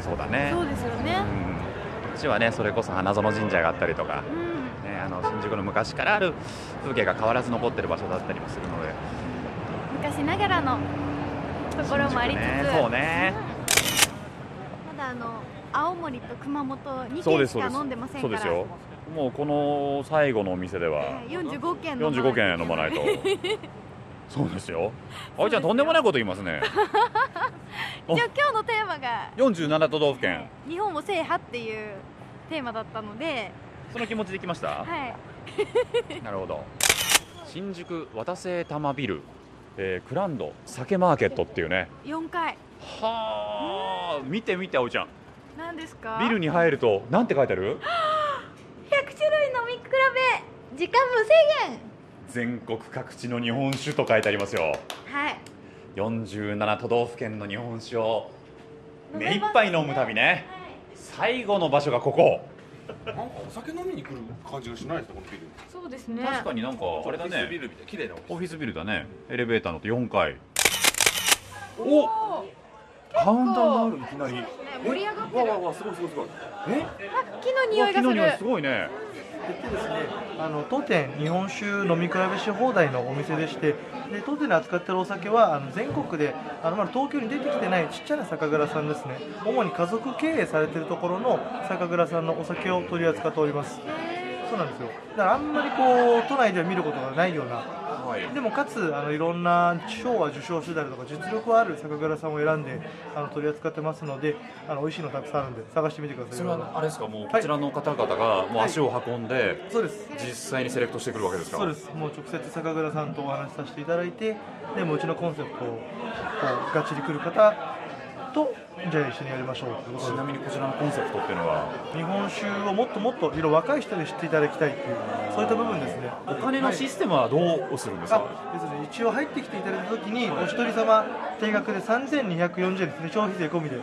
[SPEAKER 2] そうだ
[SPEAKER 3] うん
[SPEAKER 2] ね、
[SPEAKER 3] そうですよね
[SPEAKER 2] うん、こっちはね、それこそ花園神社があったりとか、
[SPEAKER 3] うん
[SPEAKER 2] ね、あの新宿の昔からある風景が変わらず残ってる場所だったりもするので。
[SPEAKER 3] 昔ながらのところもありつつ、
[SPEAKER 2] ねそうね
[SPEAKER 3] うんまだあの青森と熊本2
[SPEAKER 2] そうで
[SPEAKER 3] 県
[SPEAKER 2] す
[SPEAKER 3] し
[SPEAKER 2] そうで
[SPEAKER 3] か
[SPEAKER 2] す
[SPEAKER 3] 飲んでません
[SPEAKER 2] そ
[SPEAKER 3] か
[SPEAKER 2] う
[SPEAKER 3] ら
[SPEAKER 2] ですよもうこの最後のお店では
[SPEAKER 3] えー45軒飲まない
[SPEAKER 2] 45軒飲ま ないとそうですよあいちゃんとんでもないこと言いますね
[SPEAKER 3] じゃあ今日のテーマが
[SPEAKER 2] 47都道府県
[SPEAKER 3] 日本を制覇っていうテーマだったので、
[SPEAKER 2] その気持ちで来ました
[SPEAKER 3] はい、
[SPEAKER 2] なるほど新宿渡瀬多摩ビル、えー、クランド酒マーケットっていうね
[SPEAKER 3] 4回
[SPEAKER 2] はあ見て見てあおいちゃん
[SPEAKER 3] 何ですか
[SPEAKER 2] ビルに入るとなんて書いてある
[SPEAKER 3] 100種類飲み比べ時間無制
[SPEAKER 2] 全国各地の日本酒と書いてありますよ
[SPEAKER 3] 限はい
[SPEAKER 2] 47都道府県の日本酒を目い
[SPEAKER 3] め
[SPEAKER 2] っ
[SPEAKER 3] ますね
[SPEAKER 2] ぱい飲む旅ね最後の場所がここ
[SPEAKER 7] なんかお酒飲みに来る感じがしないですね、このビル。
[SPEAKER 3] そうですね
[SPEAKER 2] 確かになんかあれだ
[SPEAKER 7] オフィスビ
[SPEAKER 2] ね
[SPEAKER 7] ルみたいな綺麗なオフィス
[SPEAKER 2] オフィスビルだねエレベーター乗って4階おカウンターがあるいきなり
[SPEAKER 3] ね盛り上がって
[SPEAKER 7] わ
[SPEAKER 3] る
[SPEAKER 7] わわ、すごいすごいすごい。
[SPEAKER 3] なんか木の匂いがす
[SPEAKER 2] わ木の
[SPEAKER 3] る
[SPEAKER 2] すごいね
[SPEAKER 8] ですね、あの当店日本酒飲み比べし放題のお店でしてで当店で扱ってるお酒はあの全国であのまだ東京に出てきてないちっちゃな酒蔵さんですね主に家族経営されてるところの酒蔵さんのお酒を取り扱っておりますそうなんですよだからあんまりこう都内では見ることがないような
[SPEAKER 9] はい
[SPEAKER 8] でもかつあのいろんな賞は受賞してたりとか実力はある酒蔵さんを選んであの取り扱ってますのであの美味しいのたくさんあるんで探してみてください
[SPEAKER 2] それはあれですかもうこちらの方々がもう足を運んで
[SPEAKER 8] そうです
[SPEAKER 2] 実際にセレクトしてくるわけですか
[SPEAKER 8] そうですもう直接酒蔵さんとお話しさせていただいてでもううちのコンセプトをこうがっちり来る方とじゃあ一緒にやりましょうということ
[SPEAKER 2] ち
[SPEAKER 8] で
[SPEAKER 2] なみにこちらのコンセプトっていうのは
[SPEAKER 8] 日本酒をもっともっと色々若い人に知っていただきたいっていうそういった部分ですね
[SPEAKER 2] お金のシステムはどうするんですか、
[SPEAKER 8] あですね一応入ってきていただいた時にお一人様定額で3240円ですね消費税込みで
[SPEAKER 2] は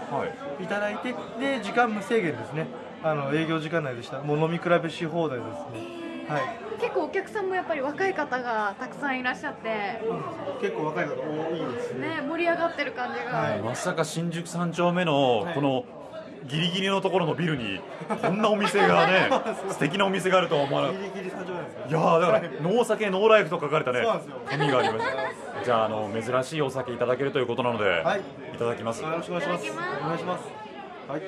[SPEAKER 2] い
[SPEAKER 8] いただいてで時間無制限ですねあの営業時間内でしたもう飲み比べし放題ですねはい
[SPEAKER 3] 結構お客さんもやっぱり若い方がたくさんいらっしゃって
[SPEAKER 8] 結構若い方多いですね
[SPEAKER 3] ね盛り上がってる感じが、
[SPEAKER 8] はい
[SPEAKER 2] まさか新宿三丁目のこのギリギリのところのビルにこんなお店が ね素敵なお店があるとは思わなかっ
[SPEAKER 8] ギリギリ参上なんですか
[SPEAKER 2] たいやーだから「ノー酒ノーライフ」と書かれたね
[SPEAKER 8] そうなんですよ
[SPEAKER 2] 紙がありましたじゃああの珍しいお酒いただけるということなので、
[SPEAKER 8] はい
[SPEAKER 2] いただきます
[SPEAKER 8] よろしくお願いしますお願いしますはい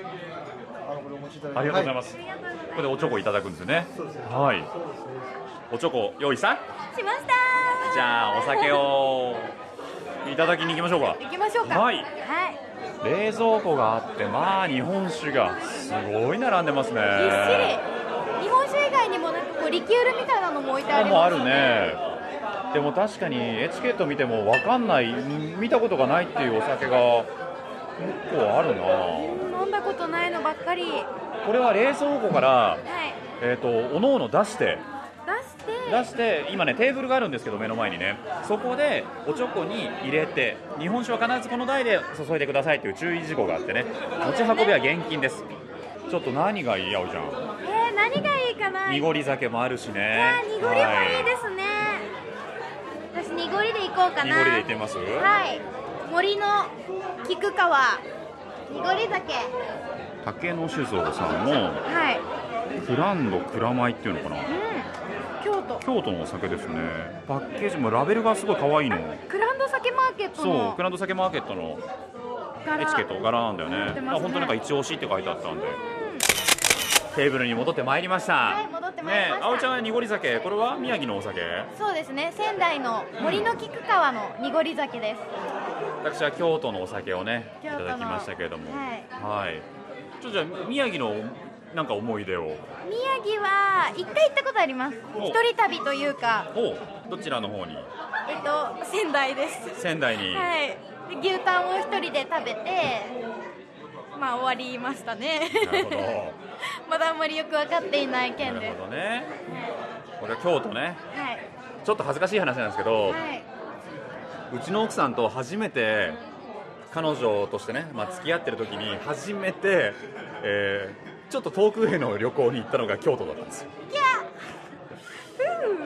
[SPEAKER 8] あのこれお持ちいただいて、
[SPEAKER 2] ありがとうございますす、ここでおチョコいただくんですよね
[SPEAKER 8] そうですね
[SPEAKER 2] はいおチョコ用意した
[SPEAKER 3] しました
[SPEAKER 2] じゃあお酒をいただきに行きましょうか
[SPEAKER 3] 行きましょうか
[SPEAKER 2] はい
[SPEAKER 3] はい
[SPEAKER 2] 冷蔵庫があってまあ日本酒がすごい並んでますね
[SPEAKER 3] ぎっしり日本酒以外にもなんかこうリキュールみたいなのも置いてあります
[SPEAKER 2] もうあるねでも確かにエチケット見ても分かんない見たことがないっていうお酒が結構あるな
[SPEAKER 3] 飲んだことないのばっかりはい
[SPEAKER 2] これは冷蔵庫からえっ、とおのおの出して
[SPEAKER 3] 出して
[SPEAKER 2] 出して今ねテーブルがあるんですけど目の前にねそこでおちょこに入れて日本酒は必ずこの台で注いでくださいっていう注意事項があってね持ち運びは現金ですちょっと何がいいやおじゃん
[SPEAKER 3] えー、何がいいかな
[SPEAKER 2] 濁り酒もあるしね
[SPEAKER 3] あー濁りもいい
[SPEAKER 2] は
[SPEAKER 3] ですね、私濁りで行こうかな
[SPEAKER 2] 濁りで行ってみます
[SPEAKER 3] はい森の菊川濁り酒
[SPEAKER 2] 竹野酒造さんの
[SPEAKER 3] はい、
[SPEAKER 2] フランド蔵米っていうのかな
[SPEAKER 3] うん、京都
[SPEAKER 2] 京都のお酒ですねパッケージもラベルがすごい可愛いの
[SPEAKER 3] クランド酒マーケット
[SPEAKER 2] そう
[SPEAKER 3] の
[SPEAKER 2] クランド酒マーケットの
[SPEAKER 3] 柄
[SPEAKER 2] エチケット柄なんだよね
[SPEAKER 3] ってますね
[SPEAKER 2] あ本当なんか一押しって書いてあったんでテーブルに戻ってまいりました
[SPEAKER 3] はい戻ってまいりました
[SPEAKER 2] ね青ちゃんは濁り酒これは宮城のお酒
[SPEAKER 3] そうですね仙台の森の菊川の濁り酒です
[SPEAKER 2] 私は京都のお酒をねい
[SPEAKER 3] 京都
[SPEAKER 2] た
[SPEAKER 3] の
[SPEAKER 2] だきましたけれども
[SPEAKER 3] はい
[SPEAKER 2] はいちょっとじゃあ宮城のなんか思い出を
[SPEAKER 3] 宮城は一回行ったことあります
[SPEAKER 2] お
[SPEAKER 3] 一人旅というか
[SPEAKER 2] おどちらの方に
[SPEAKER 3] えっと仙台です
[SPEAKER 2] 仙台に、
[SPEAKER 3] はいで牛タンを一人で食べてまあ終わりましたね
[SPEAKER 2] な るほど
[SPEAKER 3] まだあんまりよく分かっていない
[SPEAKER 2] な
[SPEAKER 3] 県で
[SPEAKER 2] る
[SPEAKER 3] す
[SPEAKER 2] ほどねこれは京都ね
[SPEAKER 3] はい
[SPEAKER 2] ちょっと恥ずかしい話なんですけど、
[SPEAKER 3] はい、
[SPEAKER 2] うちの奥さんと初めて彼女としてね、まあ、付き合ってる時に初めて、えーちょっと遠くへの旅行に行ったのが京都だったんですよ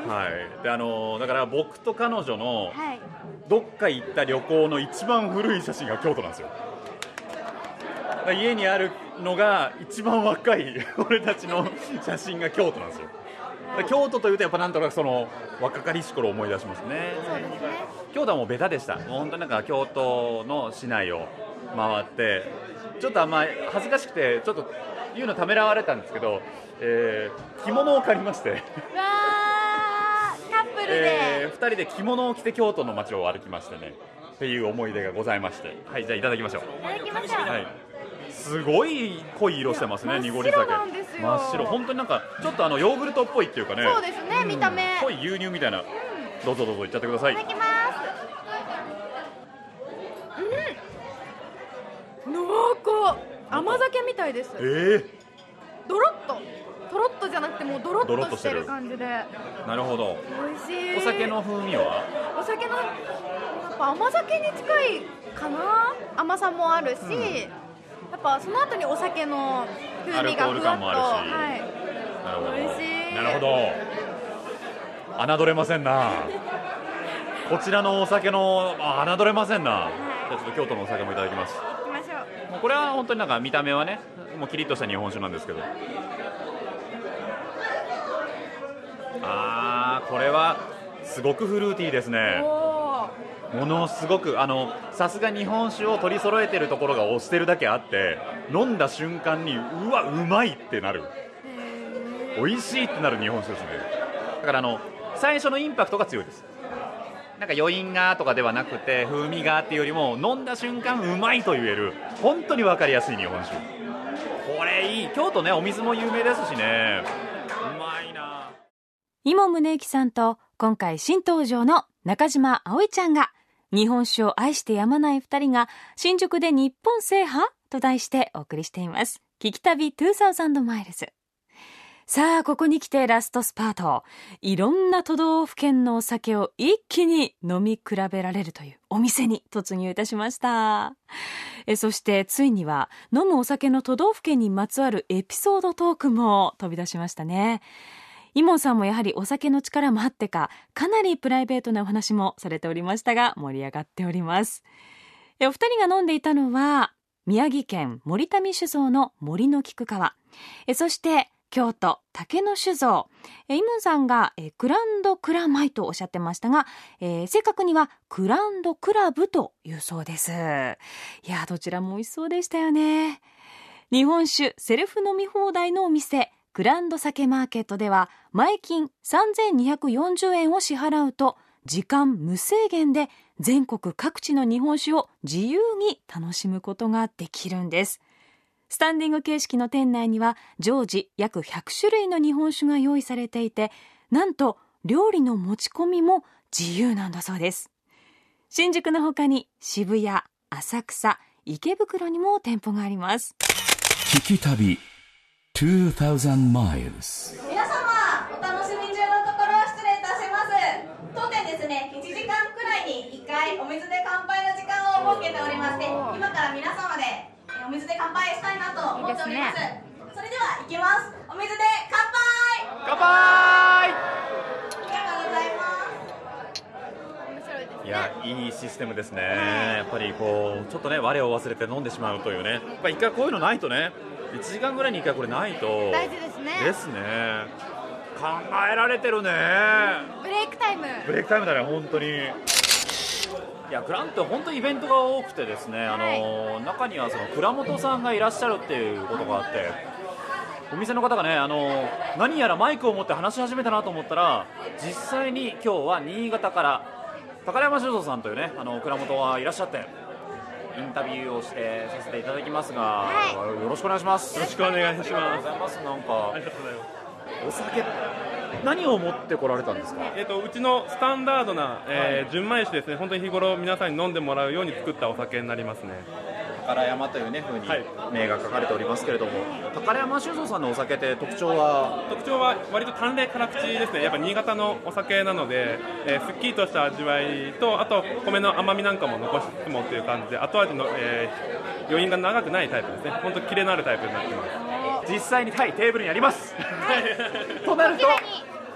[SPEAKER 2] はい、であのーだから僕と彼女の
[SPEAKER 3] はい、
[SPEAKER 2] どっか行った旅行の一番古い写真が京都なんですよだから家にあるのが一番若い 俺たちの写真が京都なんですよだから京都というとやっぱなんとなくその若かりし頃を思い出しますね
[SPEAKER 3] そうですね
[SPEAKER 2] 京都はもうベタでしたもう本当になんか京都の市内を回ってちょっとあんま恥ずかしくてちょっと言うのためらわれたんですけど、えー着物を借りまして、
[SPEAKER 3] わーカップル
[SPEAKER 2] え
[SPEAKER 3] で、
[SPEAKER 2] 2人で着物を着て京都の街を歩きましてねっていう思い出がございましてはいじゃあいただきましょ、
[SPEAKER 3] いうただきましょう、
[SPEAKER 2] はい、すごい濃い色してます
[SPEAKER 3] い
[SPEAKER 2] ね
[SPEAKER 3] や
[SPEAKER 2] 濁り酒
[SPEAKER 3] 真っ白なんですよ
[SPEAKER 2] 真っ白本当になんかちょっとあのヨーグルトっぽいっていうかね
[SPEAKER 3] そうですね見た目
[SPEAKER 2] 濃い牛乳みたいなどうぞどうぞいっちゃってください
[SPEAKER 3] いただきますうん濃厚甘酒みたいです
[SPEAKER 2] えー
[SPEAKER 3] ドロッととろっとじゃなくてもうドロ
[SPEAKER 2] ドロ
[SPEAKER 3] ッ
[SPEAKER 2] ッ
[SPEAKER 3] と
[SPEAKER 2] と
[SPEAKER 3] し
[SPEAKER 2] してて
[SPEAKER 3] る
[SPEAKER 2] る
[SPEAKER 3] 感じで
[SPEAKER 2] なるほど
[SPEAKER 3] 美味しい
[SPEAKER 2] お酒の風味は
[SPEAKER 3] お酒のやっぱ甘酒に近いかな甘さもあるし、
[SPEAKER 2] ん
[SPEAKER 3] やっぱその後にお酒の風味がふわっと
[SPEAKER 2] アルコール感もあるし
[SPEAKER 3] はい
[SPEAKER 2] なるほど
[SPEAKER 3] 美味しい
[SPEAKER 2] なるほど侮れませんなこちらのお酒のあ侮れませんなじゃあちょっと京都のお酒もいただきます
[SPEAKER 3] 行きましょう
[SPEAKER 2] もうこれは本当になんか見た目はねもうキリッとした日本酒なんですけどあーこれはすごくフルーティーですね
[SPEAKER 3] お
[SPEAKER 2] ものすごくあのさすが日本酒を取り揃えてるところが押してるだけあって飲んだ瞬間にうわうまいってなる美味しいってなる日本酒ですねだからあの最初のインパクトが強いですなんか余韻がとかではなくて風味がっていうよりも飲んだ瞬間うまいと言える本当に分かりやすい日本酒これいい京都ねお水も有名ですしねうまいな
[SPEAKER 4] 伊門宗行さんと今回新登場の中島葵ちゃんが日本酒を愛してやまない二人が新宿で日本制覇と題してお送りしています。聞き旅2000マイルズ。さあ、ここに来てラストスパート。いろんな都道府県のお酒を一気に飲み比べられるというお店に突入いたしました。えそしてついには飲むお酒の都道府県にまつわるエピソードトークも飛び出しましたね。イモンさんもやはりお酒の力もあってか、かなりプライベートなお話もされておりましたが、盛り上がっております。えお二人が飲んでいたのは、宮城県森民酒造の森の菊川。えそして、京都竹の酒造。えイモンさんがえクランドクラマイとおっしゃってましたが、えー正確にはクランドクラブというそうです。いや、どちらも美味しそうでしたよね。日本酒セルフ飲み放題のお店グランド酒マーケットでは毎金3240円を支払うと時間無制限で全国各地の日本酒を自由に楽しむことができるんですスタンディング形式の店内には常時約100種類の日本酒が用意されていてなんと料理の持ち込みも自由なんだそうです新宿の他に渋谷浅草池袋にも店舗があります
[SPEAKER 1] 聞き旅2000 miles
[SPEAKER 10] 皆様お楽しみ中のところ失礼いたします当店ですね1時間くらいに1回お水で乾杯の時間を設けておりまして今から皆様でえーお水で乾杯したいなと思っておりますそれでは行きますお水で乾杯
[SPEAKER 2] 乾杯
[SPEAKER 10] ありがとうございます
[SPEAKER 2] いやいいシステムですね、やっぱりこうちょっとね、我を忘れて飲んでしまうというね、やっぱ一回こういうのないとね、1時間ぐらいに1回これないと、
[SPEAKER 3] 大事ですね
[SPEAKER 2] ですね考えられてるね、
[SPEAKER 3] ブレイクタイム
[SPEAKER 2] ブレイクタイムだね、本当に。いやクランって本当にイベントが多くてですね、
[SPEAKER 3] はい
[SPEAKER 2] あの中にはその倉本さんがいらっしゃるっていうことがあってお店の方がねあの何やらマイクを持って話し始めたなと思ったら実際に今日は新潟から高山酒造さんというねあの倉本はいらっしゃってインタビューをしてさせていただきますが、よろしくお願いしますよろしくお願いしますありがとうございますなんかお酒何を持ってこられたんですか
[SPEAKER 7] えっと、うちのスタンダードな、えー純米酒ですね、本当に日頃皆さんに飲んでもらうように作ったお酒になりますね。
[SPEAKER 2] 宝山というね風に
[SPEAKER 7] はい
[SPEAKER 2] 名が書かれておりますけれども、宝山酒造さんのお酒って特徴は
[SPEAKER 7] 特徴は割と淡麗辛口ですね、やっぱ新潟のお酒なので、えーすっきりとした味わいと、あと米の甘みなんかも残しつつもっていう感じで、後味の、えー余韻が長くないタイプですね、本当、キレのあるタイプになってます。
[SPEAKER 2] 実際に対テーブルにあります、となると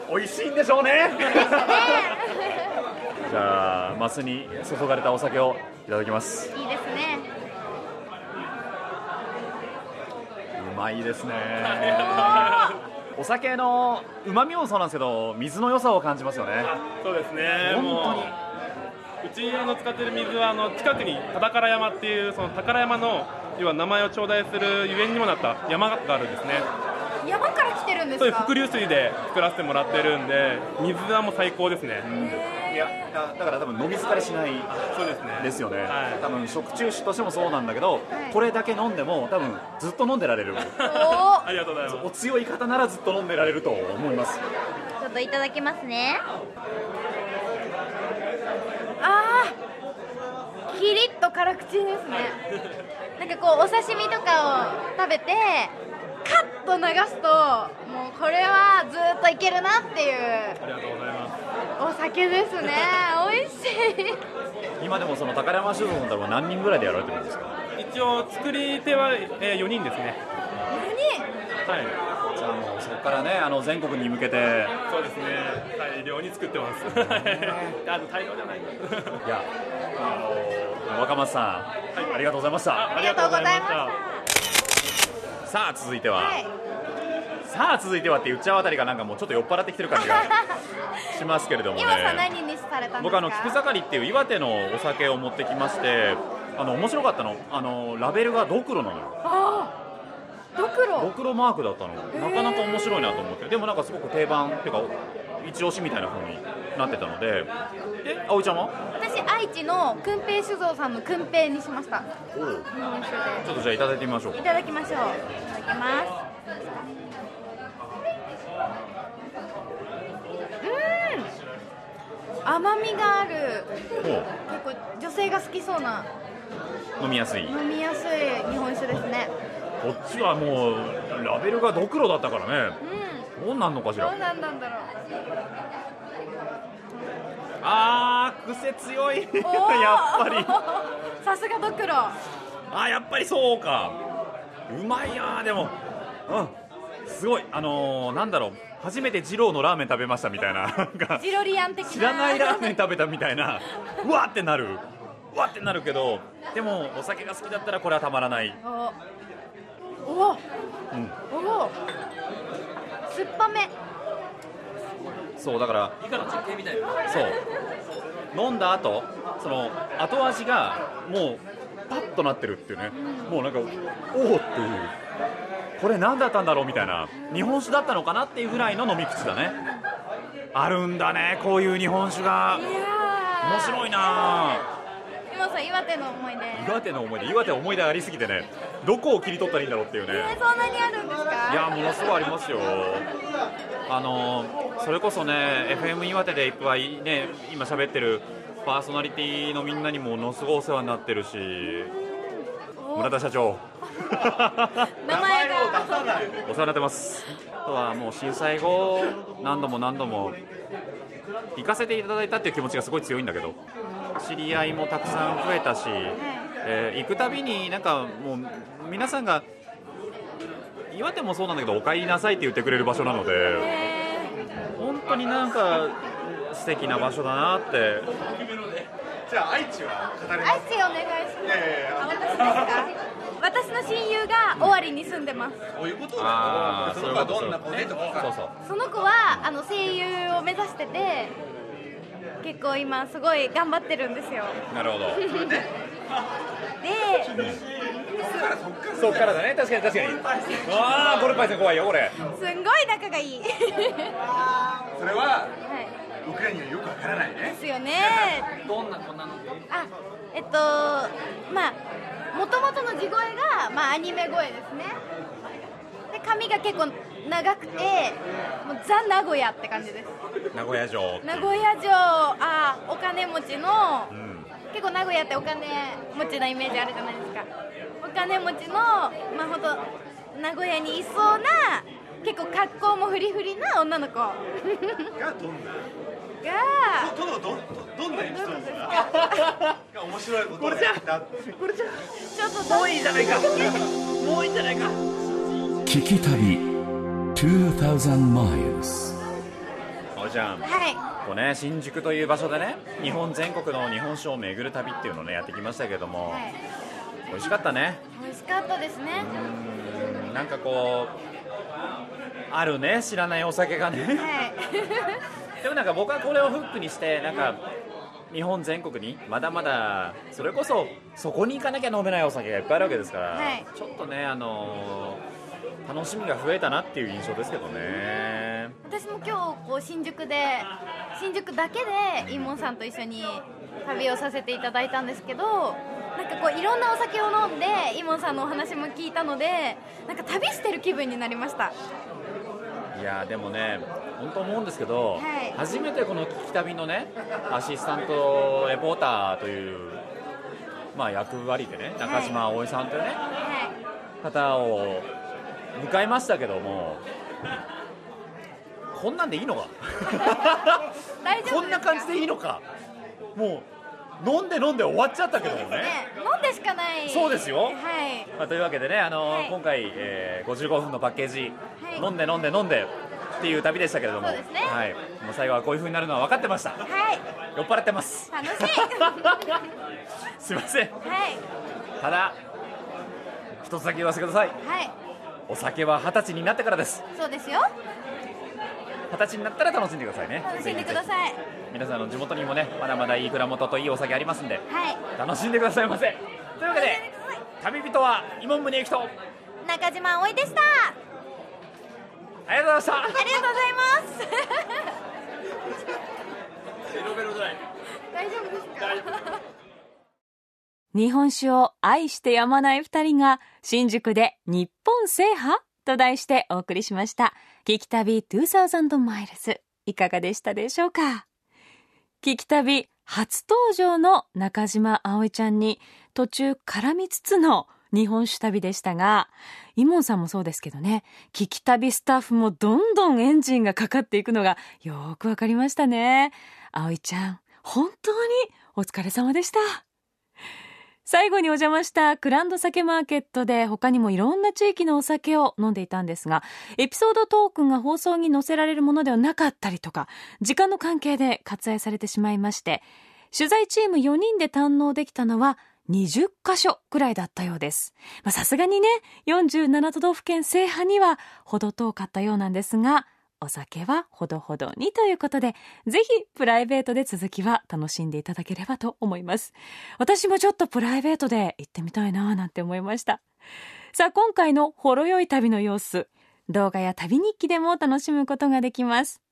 [SPEAKER 2] 美味しいんでしょうねじゃあマスに注がれたお酒をいただきます
[SPEAKER 3] いいですね
[SPEAKER 2] うまいですねお酒のうまみもそうなんですけど水の良さを感じますよね
[SPEAKER 7] そうですね、
[SPEAKER 2] 本当に
[SPEAKER 7] もううちあの使ってる水はあの近くに宝から山っていうその宝山の要は名前を頂戴するゆえんにもなった山があるんですね。
[SPEAKER 3] 山から来てるんで
[SPEAKER 7] そうい
[SPEAKER 3] す
[SPEAKER 7] う
[SPEAKER 3] か
[SPEAKER 7] 伏流水で作らせてもらってるんで水はもう最高ですね。
[SPEAKER 2] いやだだから多分飲み疲れしない
[SPEAKER 7] そうですね。
[SPEAKER 2] ですよね、
[SPEAKER 7] はい
[SPEAKER 2] 多分食中酒としてもそうなんだけど、これだけ飲んでも多分ずっと飲んでられる
[SPEAKER 3] お
[SPEAKER 7] ありがとうございます。
[SPEAKER 2] お強い方ならずっと飲んでられると思います
[SPEAKER 10] ちょっといただきますね
[SPEAKER 3] あーキリッと辛口ですねなんかこうお刺身とかを食べてカッと流すともうこれはずっといけるなっていう
[SPEAKER 7] ありがとうございます。
[SPEAKER 3] お酒ですね美味しい
[SPEAKER 2] 今でもその宝山酒造さんだろ何人ぐらいでやられてるんですか
[SPEAKER 7] 一応作り手は、えー、4人ですね。はい。
[SPEAKER 2] じゃあもうそこからねあの全国に向け て
[SPEAKER 7] そうですね。大量に作ってます。あの大量じゃない。
[SPEAKER 2] いやあの若松さん、ありがとうございました
[SPEAKER 3] ありがとうございました
[SPEAKER 2] さあ続いては、
[SPEAKER 3] はい
[SPEAKER 2] さあ続いてはって言っちゃうあたりがなんかもうちょっと酔っ払ってきてる感じがしますけれどもね
[SPEAKER 3] 今さん何にされたんですか
[SPEAKER 2] 僕あの菊盛りっていう岩手のお酒を持ってきましてあの面白かったのあのラベルがドクロなのよ
[SPEAKER 3] あードク
[SPEAKER 2] ド
[SPEAKER 3] ロ
[SPEAKER 2] クロマークだったのなかなか面白いなと思ってでもなんかすごく定番っていうか一押しみたいな風になってたのでえ葵ちゃんは
[SPEAKER 3] 私愛知のくんぺい酒造さんのくんぺいにしました
[SPEAKER 2] おう
[SPEAKER 3] 日本酒
[SPEAKER 2] ちょっとじゃあいただいてみましょう
[SPEAKER 3] で
[SPEAKER 2] か
[SPEAKER 3] いただきましょういただきますうーん甘みがある
[SPEAKER 2] おう
[SPEAKER 3] 結構女性が好きそうな
[SPEAKER 2] 飲みやすい
[SPEAKER 3] 飲みやすい日本酒ですね
[SPEAKER 2] こっちはもうラベルがドクロだったからね
[SPEAKER 3] うん
[SPEAKER 2] どうなんのかし
[SPEAKER 3] どう
[SPEAKER 2] ら
[SPEAKER 3] なんだんだろう
[SPEAKER 2] あー癖強い やっ
[SPEAKER 3] おー
[SPEAKER 2] ぱり
[SPEAKER 3] さすがドクロ
[SPEAKER 2] あやっぱりそうかうまいなでもうんすごいあのー、なんだろう初めて二郎のラーメン食べましたみたいななんか
[SPEAKER 3] ジロリアン的な
[SPEAKER 2] 知らない ラーメン食べたみたいなうわーってなるうわーってなるけどでもお酒が好きだったらこれはたまらない、
[SPEAKER 3] おおお
[SPEAKER 2] うん、
[SPEAKER 3] お酸っぱめ
[SPEAKER 2] そうだから
[SPEAKER 6] 理科の実験みたいな
[SPEAKER 2] そう飲んだ後その後味がもうパッとなってるっていうねもうなんかおおっていうこれ何だったんだろうみたいな日本酒だったのかなっていうぐらいの飲み口だねあるんだねこういう日本酒が
[SPEAKER 3] いやー
[SPEAKER 2] 面白いな
[SPEAKER 3] 今さん岩手の思い出
[SPEAKER 2] 岩手の思い出岩手思い出ありすぎてねどこを切り取ったらいいんだろうっていう
[SPEAKER 3] え
[SPEAKER 2] ね
[SPEAKER 3] そんなにあるんですか
[SPEAKER 2] いやものすごいありますよあのそれこそね FM 岩手でいっぱいね今喋ってるパーソナリティのみんなにものすごいお世話になってるし村田社長
[SPEAKER 3] 名前が
[SPEAKER 2] お世話になってますあとはもう震災後何度も何度も行かせていただいたっていう気持ちがすごい強いんだけど知り合いもたくさん増えたし、えー行くたびになんかもう皆さんが岩手もそうなんだけどお帰りなさいって言ってくれる場所なので本当になんか素敵な場所だなって
[SPEAKER 11] じゃあ愛知は語れま
[SPEAKER 3] アイ
[SPEAKER 11] す
[SPEAKER 3] スお願いしますあ私ですか私の親友が尾張に住んでます
[SPEAKER 11] こういうこと
[SPEAKER 2] あー
[SPEAKER 11] その子は
[SPEAKER 2] そう
[SPEAKER 11] ど
[SPEAKER 2] い
[SPEAKER 11] ん
[SPEAKER 2] う
[SPEAKER 11] な
[SPEAKER 2] こと
[SPEAKER 11] 子でとかさ
[SPEAKER 2] そうそう
[SPEAKER 3] その子はあの声優を目指してて結構今すごい頑張ってるんですよ
[SPEAKER 2] なるほど
[SPEAKER 3] で
[SPEAKER 2] そっからだね確かに確かにああゴルパイセン怖いよこれ
[SPEAKER 3] すんごい仲がいい
[SPEAKER 11] それは
[SPEAKER 3] はい
[SPEAKER 11] ウクライナによくわからないね
[SPEAKER 3] ですよね
[SPEAKER 6] どんな子なのか
[SPEAKER 3] あえっとまあもともとの地声が、まあ、アニメ声ですねで髪が結構長くてもうザ・名古屋って感じです
[SPEAKER 2] 名古屋城っていう
[SPEAKER 3] 名古屋城あお金持ちの
[SPEAKER 2] うん
[SPEAKER 3] 結構名古屋ってお金持ちなイメージあるじゃないですかお金持ちのまあ本当名古屋にいそうな結構格好もフリフリな女の 子が
[SPEAKER 11] がどんなどのどどどんなエピソードがが面白いことこれじゃ
[SPEAKER 3] ちょっともういいじゃないか
[SPEAKER 6] もういいんじゃないか
[SPEAKER 1] 聞き旅2000 miles
[SPEAKER 2] おじゃん
[SPEAKER 3] はい
[SPEAKER 2] こうね新宿という場所でね日本全国の日本酒を巡る旅っていうのをねやってきましたけども、
[SPEAKER 3] はい
[SPEAKER 2] 美味しかったね
[SPEAKER 3] 美味しかったですね
[SPEAKER 2] うんなんかこうあるね知らないお酒がね
[SPEAKER 3] はい
[SPEAKER 2] でもなんか僕はこれをフックにしてなんか日本全国にまだまだそれこそそこに行かなきゃ飲めないお酒がいっぱいあるわけですから、
[SPEAKER 3] はい
[SPEAKER 2] ちょっとねあのー楽しみが増えたなっていう印象ですけどね
[SPEAKER 3] 私も今日こう新宿で新宿だけでインモンさんと一緒に旅をさせていただいたんですけどなんかこういろんなお酒を飲んでインモンさんのお話も聞いたのでなんか旅してる気分になりました
[SPEAKER 2] いやーでもね本当思うんですけど、
[SPEAKER 3] はい
[SPEAKER 2] 初めてこの聞き旅のねアシスタントレポーターというまあ役割でね中島葵さんというね、
[SPEAKER 3] はい
[SPEAKER 2] 方を迎えましたけどもこんなんでいいのか
[SPEAKER 3] 大丈夫ですか
[SPEAKER 2] こんな感じでいいのかもう飲んで飲んで終わっちゃったけどもね
[SPEAKER 3] ね飲んでしかない
[SPEAKER 2] そうですよ
[SPEAKER 3] はい
[SPEAKER 2] まあ、というわけでね、あのー
[SPEAKER 3] はい
[SPEAKER 2] 今回、えー55分のパッケージ、
[SPEAKER 3] はい
[SPEAKER 2] 飲んで飲んで飲んでっていう旅でしたけれども
[SPEAKER 3] そうですね
[SPEAKER 2] はい、もう最後はこういう風になるのは分かってました
[SPEAKER 3] はい
[SPEAKER 2] 酔っ払ってます
[SPEAKER 3] 楽しいは
[SPEAKER 2] すいません
[SPEAKER 3] い
[SPEAKER 2] ただ一つだけ言わせてください
[SPEAKER 3] はい
[SPEAKER 2] お酒は二十歳になってからです
[SPEAKER 3] そうですよ
[SPEAKER 2] 二十歳になったら楽しんでくださいね
[SPEAKER 3] 楽しんでくだ
[SPEAKER 2] い
[SPEAKER 3] さい
[SPEAKER 2] 皆さんの地元にもねまだまだいい蔵元といいお酒ありますんで
[SPEAKER 3] はい
[SPEAKER 2] 楽しんでくださいませというわけで旅人は伊門宗行とあり
[SPEAKER 3] 中島葵でした
[SPEAKER 2] がとうございました
[SPEAKER 3] ありがとうございます 大丈夫ですか
[SPEAKER 4] 日本酒を愛してやまない二人が新宿で日本制覇と題してお送りしました「聞き旅2000マイルズ」いかがでしたでしょうか聞き旅初登場の中島葵ちゃんに途中絡みつつの日本酒旅でしたがイモンさんもそうですけどね聞き旅スタッフもどんどんエンジンがかかっていくのがよーくわかりましたね葵ちゃん本当にお疲れ様でした最後にお邪魔したグランド酒マーケットで他にもいろんな地域のお酒を飲んでいたんですがエピソードトークンが放送に載せられるものではなかったりとか時間の関係で割愛されてしまいまして取材チーム4人で堪能できたのは20カ所くらいだったようですまあさすがにね47都道府県制覇には程遠かったようなんですがお酒はほどほどにということで、ぜひプライベートで続きは楽しんでいただければと思います。私もちょっとプライベートで行ってみたいなぁなんて思いました。さあ、今回のほろ酔い旅の様子、動画や旅日記でも楽しむことができます。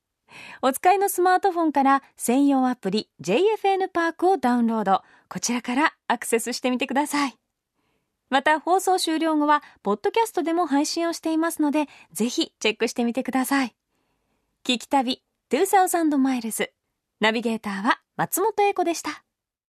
[SPEAKER 4] お使いのスマートフォンから専用アプリ JFN パークをダウンロード。こちらからアクセスしてみてください。また放送終了後は、ポッドキャストでも配信をしていますので、ぜひチェックしてみてください。聞き旅2000マイルズ。ナビゲーターは松本英子でした。